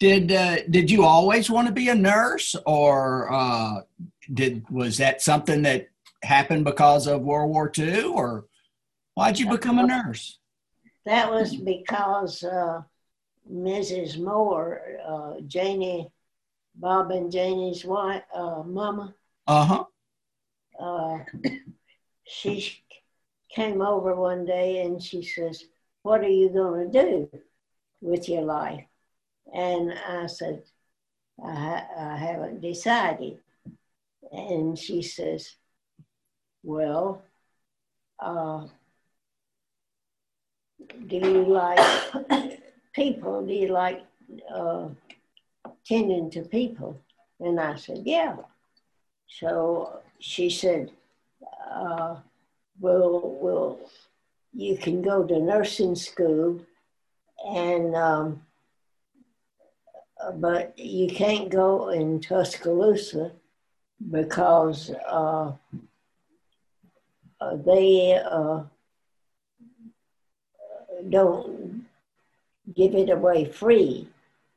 Did uh, did you always want to be a nurse, or uh, did was that something that happened because of World War II, or why'd you become a nurse? That was because uh, Mrs. Moore, uh, Janie, Bob and Janie's wife, uh, mama, Uh huh. uh, she sh- came over one day and she says, What are you going to do with your life? And I said, I, ha- I haven't decided. And she says, Well, uh, do you like people? Do you like uh, tending to people? And I said, Yeah. So she said, uh, "Well, well, you can go to nursing school, and um, uh, but you can't go in Tuscaloosa because uh, uh, they uh, don't give it away free.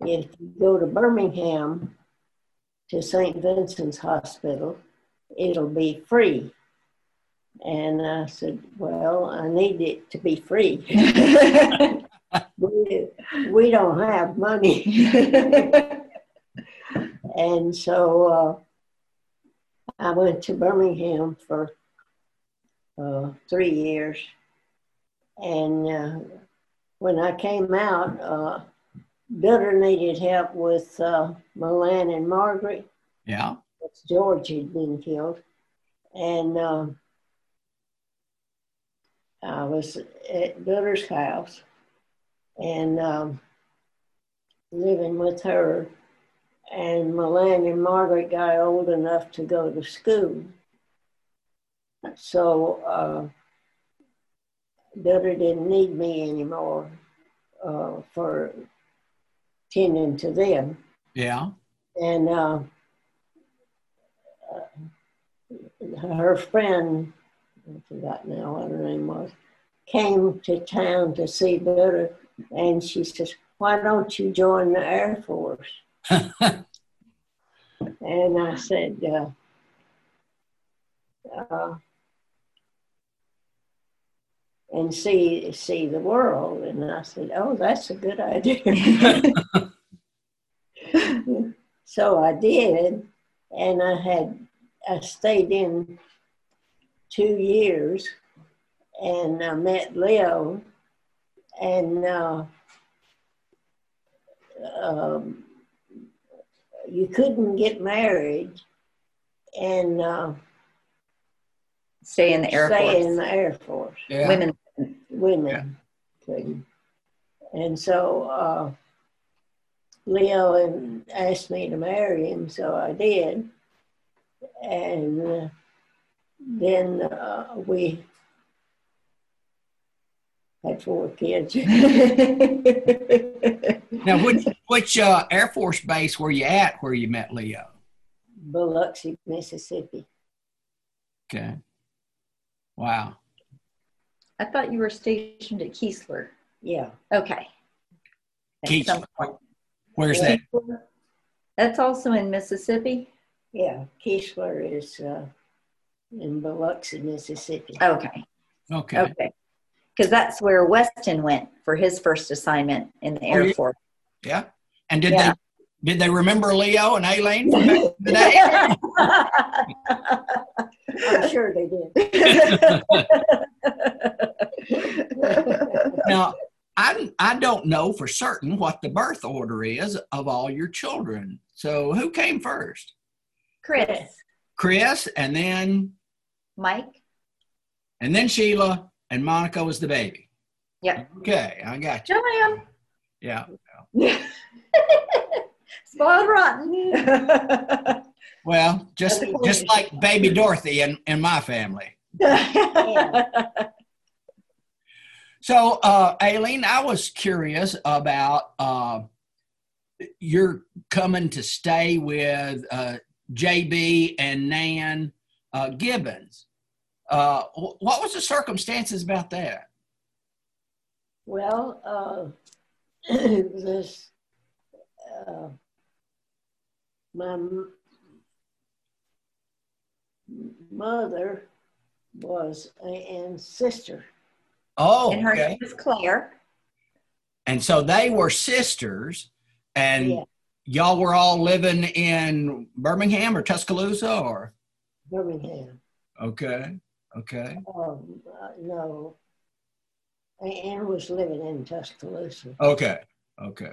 If you go to Birmingham to St. Vincent's Hospital." it'll be free. And I said, Well, I need it to be free. we, we don't have money. and so uh, I went to Birmingham for uh, three years. And uh, when I came out, uh, Bilder needed help with uh, Milan and Margaret. Yeah. It's George had been killed, and um, I was at Bitter's house and um, living with her. And Milan and Margaret got old enough to go to school, so uh, Bitter didn't need me anymore uh, for tending to them Yeah. and uh, her friend, I forgot now what her name was, came to town to see Buddha, and she says, "Why don't you join the Air Force?" and I said, uh, uh, "And see see the world." And I said, "Oh, that's a good idea." so I did, and I had I stayed in two years, and I met Leo, and uh, um, you couldn't get married, and uh, Stay in the Air stay Force. in the Air Force. Yeah. Women. women couldn't. And so uh, Leo and asked me to marry him, so I did. And uh, then uh, we had four kids. Now, which which uh, Air Force base were you at where you met Leo? Biloxi, Mississippi. Okay. Wow. I thought you were stationed at Keesler. Yeah. Okay. At Keesler. some point. Where's that? That's also in Mississippi? Yeah. Keesler is uh, in Biloxi, Mississippi. Okay, Okay. okay. Because that's where Weston went for his first assignment in the Air Oh, yeah. Force. Yeah. And did Yeah. they did they remember Leo and Aileen from back in the day? I'm sure they did. Now, I I don't know for certain what the birth order is of all your children. So who came first? Chris, Chris, and then Mike, and then Sheila, and Monica was the baby. Yeah. Okay, I got you. Joanne. Yeah. Spoiled rotten. Well, just That's just like baby Dorothy in, in my family. So, uh, Aileen, I was curious about uh, your coming to stay with uh, JB and Nan uh, Gibbons. Uh, wh- what was the circumstances about that? Well, uh, this uh, my m- mother was a, and sister. Oh, and her okay. name is Claire. And so they were sisters, and Yeah. y'all were all living in Birmingham or Tuscaloosa or Birmingham. okay, okay, Um, uh, no, A- Ann was living in Tuscaloosa, okay, okay.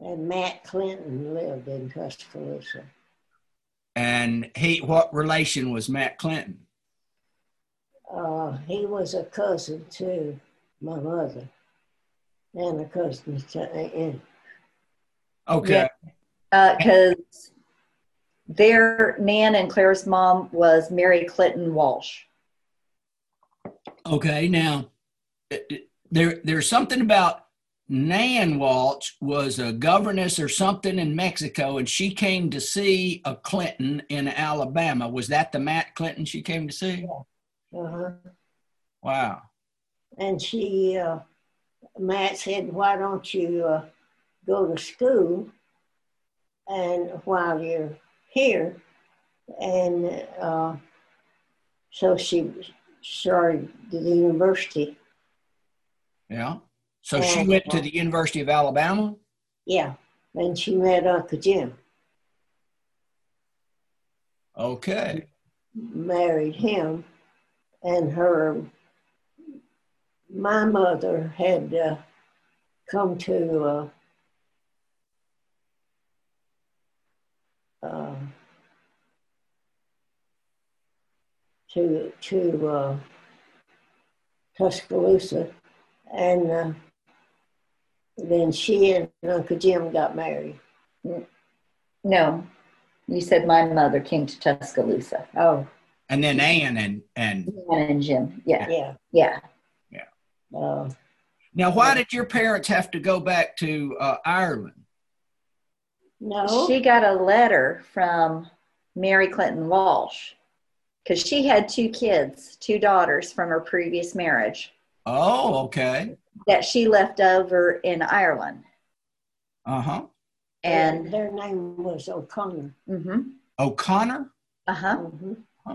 and Matt Clinton lived in Tuscaloosa. And he, what relation was Matt Clinton? Uh, he was a cousin to my mother, and a cousin to Ann. Okay, Yeah. Because uh, their Nan and Claire's mom was Mary Clinton Walsh. okay. Now, it- it- there, there's something about Nan Walsh was a governess or something in Mexico, and she came to see a Clinton in Alabama. Was that the Matt Clinton she came to see? Uh-huh. Wow. And she, uh, Matt said, why don't you uh, go to school and while you're here? And uh, so she started the university. Yeah. So she went to the University of Alabama. Yeah. And she met Uncle Jim, Okay. married him, and her, my mother had uh, come to uh, uh, to to uh, Tuscaloosa, and uh, then she and Uncle Jim got married. No, you said my mother came to Tuscaloosa. Oh, And then Ann and and Nan and Jim. Yeah, yeah. yeah. Uh, now why did your parents have to go back to uh, Ireland? no, She got a letter from Mary Clinton Walsh because she had two kids, two daughters from her previous marriage Oh, okay. that she left over in Ireland. Uh huh. And their name was O'Connor. mm-hmm, O'Connor. uh huh. hmm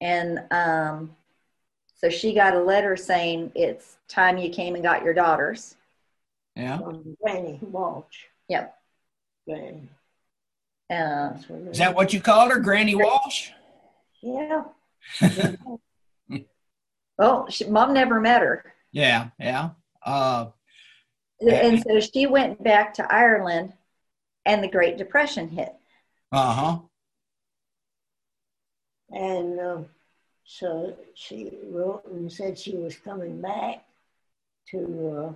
And um, so she got a letter saying it's time you came and got your daughters. Yeah. From Granny Walsh. Yep. Granny. Uh, that's her Is name. that what you called her, Granny Walsh? Yeah. well, she, mom never met her. Yeah. Yeah. Uh, And so she went back to Ireland and the Great Depression hit. uh huh. And um, so she wrote and said she was coming back to uh,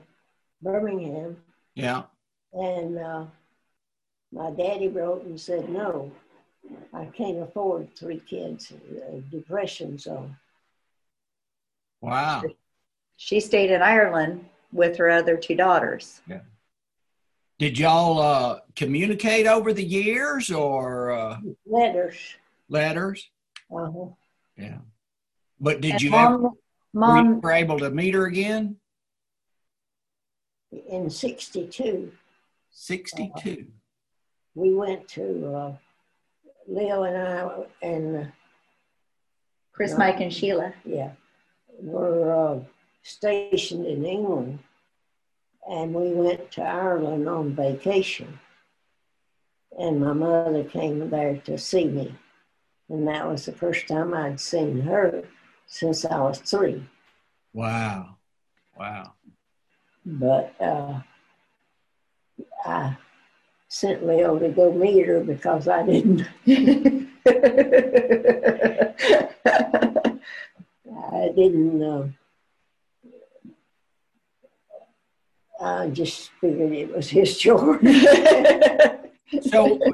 Birmingham. Yeah. And uh, my daddy wrote and said, No, I can't afford three kids. Uh, depression's on. Wow. She stayed in Ireland with her other two daughters. Did y'all uh, communicate over the years or uh, Letters. letters? Uh-huh. But did And you ever, mom, were you mom, ever able to meet her again? In 62, Sixty-two. we went to uh, Leo and I and uh, Chris, Mike, and Sheila. Yeah, we're uh, stationed in England, and we went to Ireland on vacation. And my mother came there to see me, and that was the first time I'd seen her since I was three. Wow. Wow. But uh, I sent Leo to go meet her because I didn't, I didn't. Uh, I just figured it was his chore. So, uh,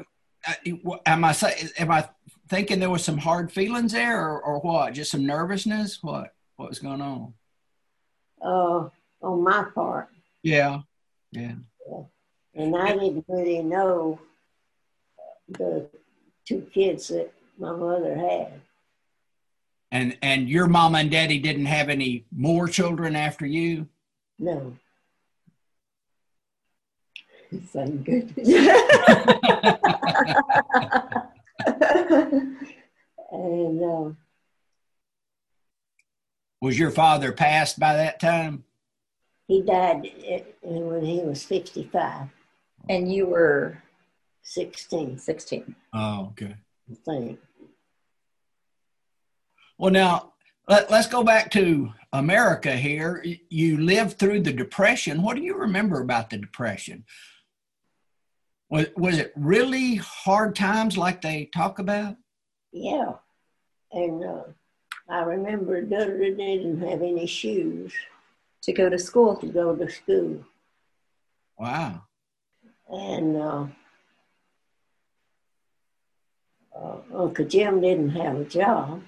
you- am I say, am I thinking there was some hard feelings there, or, or what? Just some nervousness? What what was going on? uh, on my part, Yeah. and I didn't really know the two kids that my mother had. And and your mom and daddy didn't have any more children after you? No, Thank goodness. and uh, Was your father passed by that time? he died i- in- when he was 55, and you were 16, 16. Oh, okay. I think. Well, now let, let's go back to America here. Y- You lived through the Depression. What do you remember about the Depression? Was, was it really hard times like they talk about? Yeah. And uh, I remember Dudley didn't have any shoes To go to school. to go to school. Wow. And uh, uh, Uncle Jim didn't have a job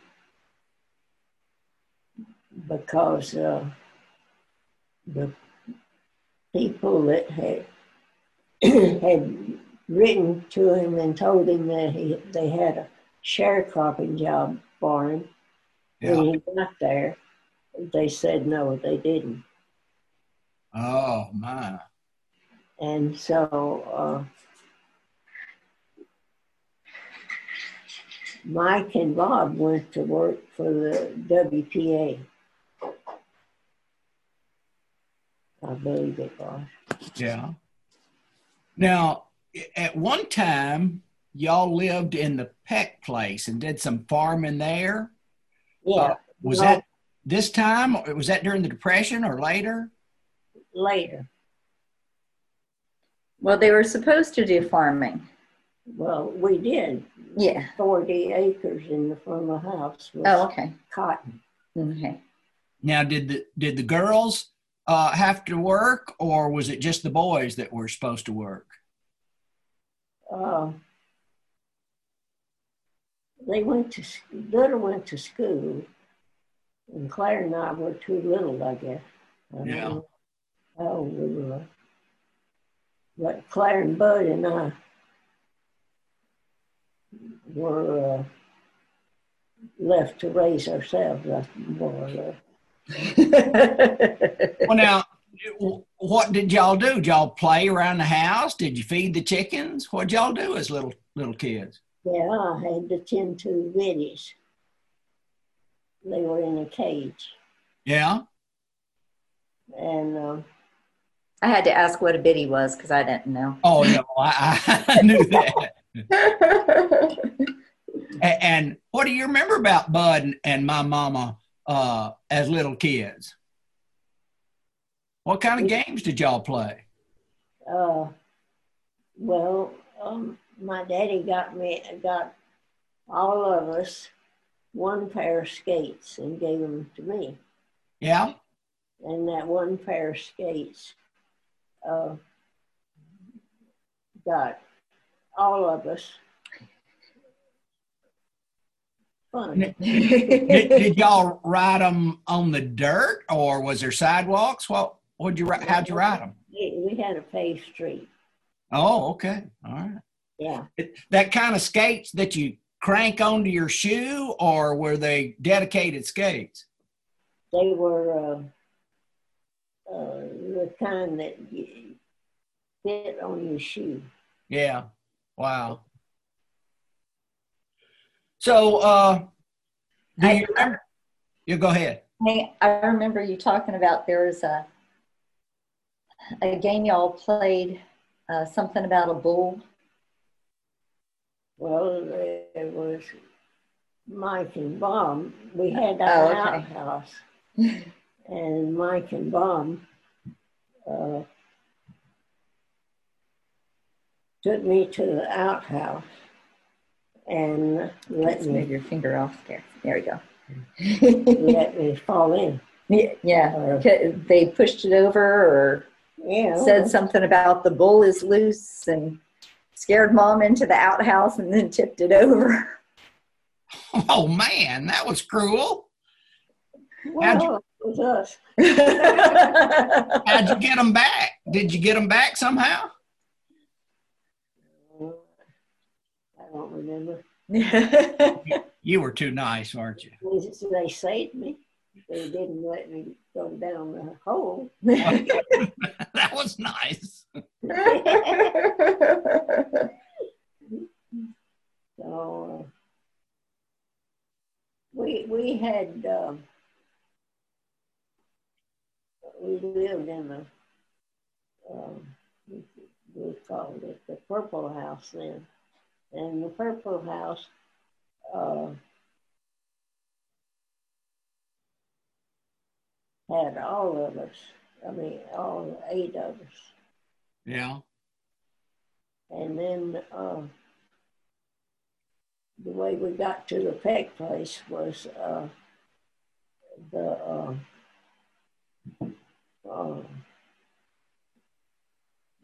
because uh, the people that had had written to him and told him that he, they had a sharecropping job for him. Yeah. When he got there, they said no, they didn't. Oh my. And so uh, Mike and Bob went to work for the WPA. I believe it was. Yeah. Now, i- at one time, y'all lived in the Peck place and did some farming there. Yeah, Was No. that this time? Or was that during the Depression or later? later. Well, they were supposed to do farming. Well, we did. Yeah. 40 acres in the front of the house was Oh, okay. cotton. Okay. Now, did the did the girls uh, have to work, or was it just the boys that were supposed to work? Uh, they went to, s- little went to school, and Claire and I were too little, I guess. I don't Yeah. know How old we were. But Claire and Bud and I were uh, left to raise ourselves, uh, more or less. Well, now, w- what did y'all do? Did y'all play around the house? Did you feed the chickens? What would y'all do as little little kids? Yeah, I had the ten two biddies. They were in a cage, Yeah. and. Uh, I had to ask what a biddy was because I didn't know. Oh no, I, I knew that. A- And what do you remember about Bud and- and my mama uh, as little kids? What kind of games did y'all play? uh, well, um, my daddy got me got all of us one pair of skates and gave them to me. Yeah, And that one pair of skates uh, got all of us fun. did, did y'all ride them on the dirt or was there sidewalks? What would you ri- how'd you ride them? We we had a paved street. Oh, okay, all right. Yeah, That kind of skates that you crank onto your shoe, or were they dedicated skates? they were uh, uh, the kind that you fit on your shoe. Yeah. Wow. So, uh, do I- you remember? You go ahead. Hey, I remember you talking about there was a a game y'all played, uh, something about a bull. Well, there was Mike and Bob. We had Oh, our okay. outhouse, and Mike and Bob uh, took me to the outhouse and let Let's move me your finger off there. There we go. let me fall in. Yeah, yeah. Or, Okay, They pushed it over yeah, or said something about the bull is loose and scared mom into the outhouse and then tipped it over. Oh man, that was cruel. how'd well, it was us. How'd you get them back? Did you get them back somehow? I don't remember. You were too nice, weren't you? They saved me. They didn't let me go down the hole. that was nice. had, um, we lived in a, um, we called it the Purple House then. And the Purple House, uh, had all of us, I mean, all eight of us. Yeah. And then uh, the way we got to the Peck place was uh, the uh, uh,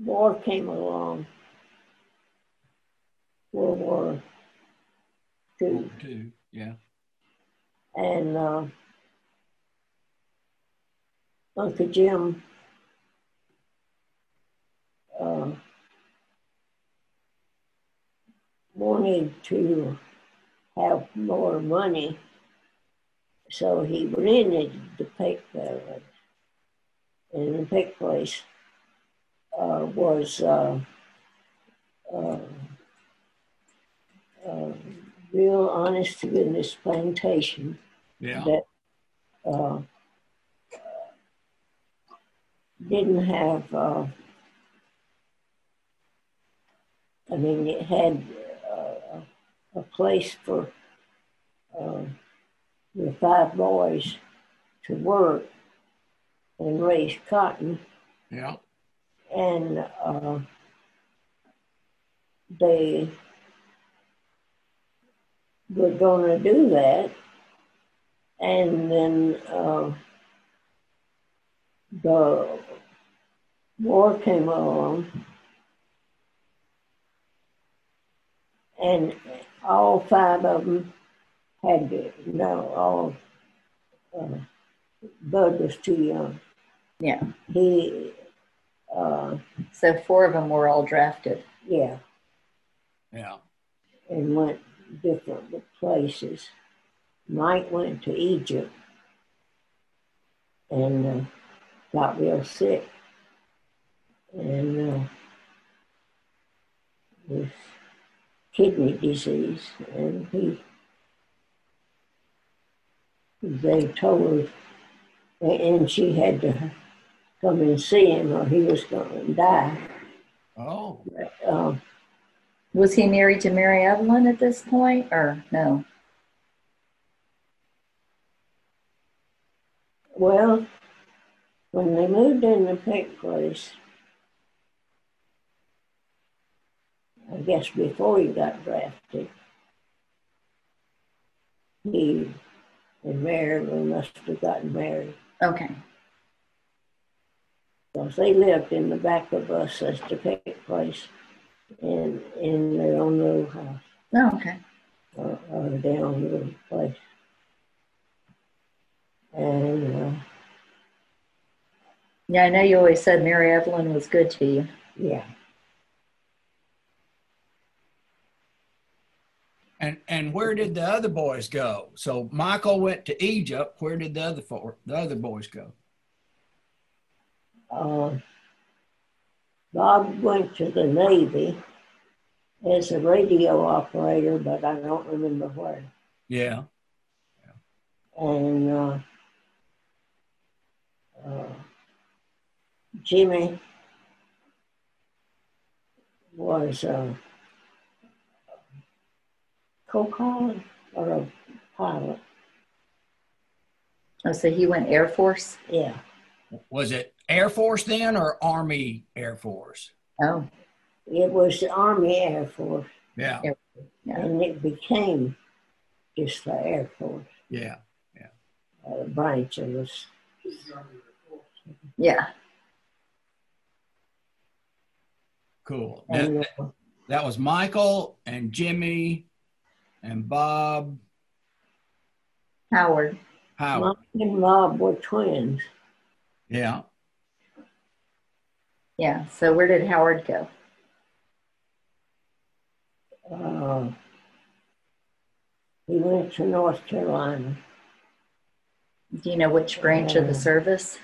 war came along, World War Two, Two. Yeah. and uh, Uncle Jim. Uh, wanted to have more money, so he rented the pig place. And the pig place uh, was uh, uh, uh, real honest to goodness plantation Yeah. that uh, didn't have, uh, I mean, it had uh, a place for uh, the five boys to work and raise cotton, Yeah. and uh, they were going to do that, and then uh, the war came along, and all five of them had to, no, all, uh, Bud was too young. Yeah. He, uh, So four of them were all drafted. yeah, Yeah. and went different places. Mike went to Egypt and uh, got real sick and uh, with kidney disease, and he they told her, and she had to come and see him, or he was going to die. Oh. Um, Was he married to Mary Evelyn at this point or no? Well, when they moved in the pig place, I guess before he got drafted, he and Marilyn must have gotten married. Okay. Because they lived in the back of us as the pig place in, in their own little house, Oh, okay. or, or their own little place. And uh, Yeah, I know you always said Mary Evelyn was good to you. yeah, And and where did the other boys go? So Michael went to Egypt. Where did the other four, the other boys go? Uh, Bob went to the Navy as a radio operator, but I don't remember where. Yeah. And uh, uh, Jimmy was a co-pilot or a pilot. Oh, so he went Air Force? Yeah, Was it Air Force then or Army Air Force? Oh, it was the Army Air Force, Yeah. yeah. and it became just the Air Force. Yeah. uh, branch of us. Yeah. Cool. That, And, uh, that was Michael and Jimmy and Bob Howard. Howard. Mike and Bob were twins. Yeah. Yeah. So where did Howard go? Uh, he went to North Carolina. Do you know which branch of the Uh, service?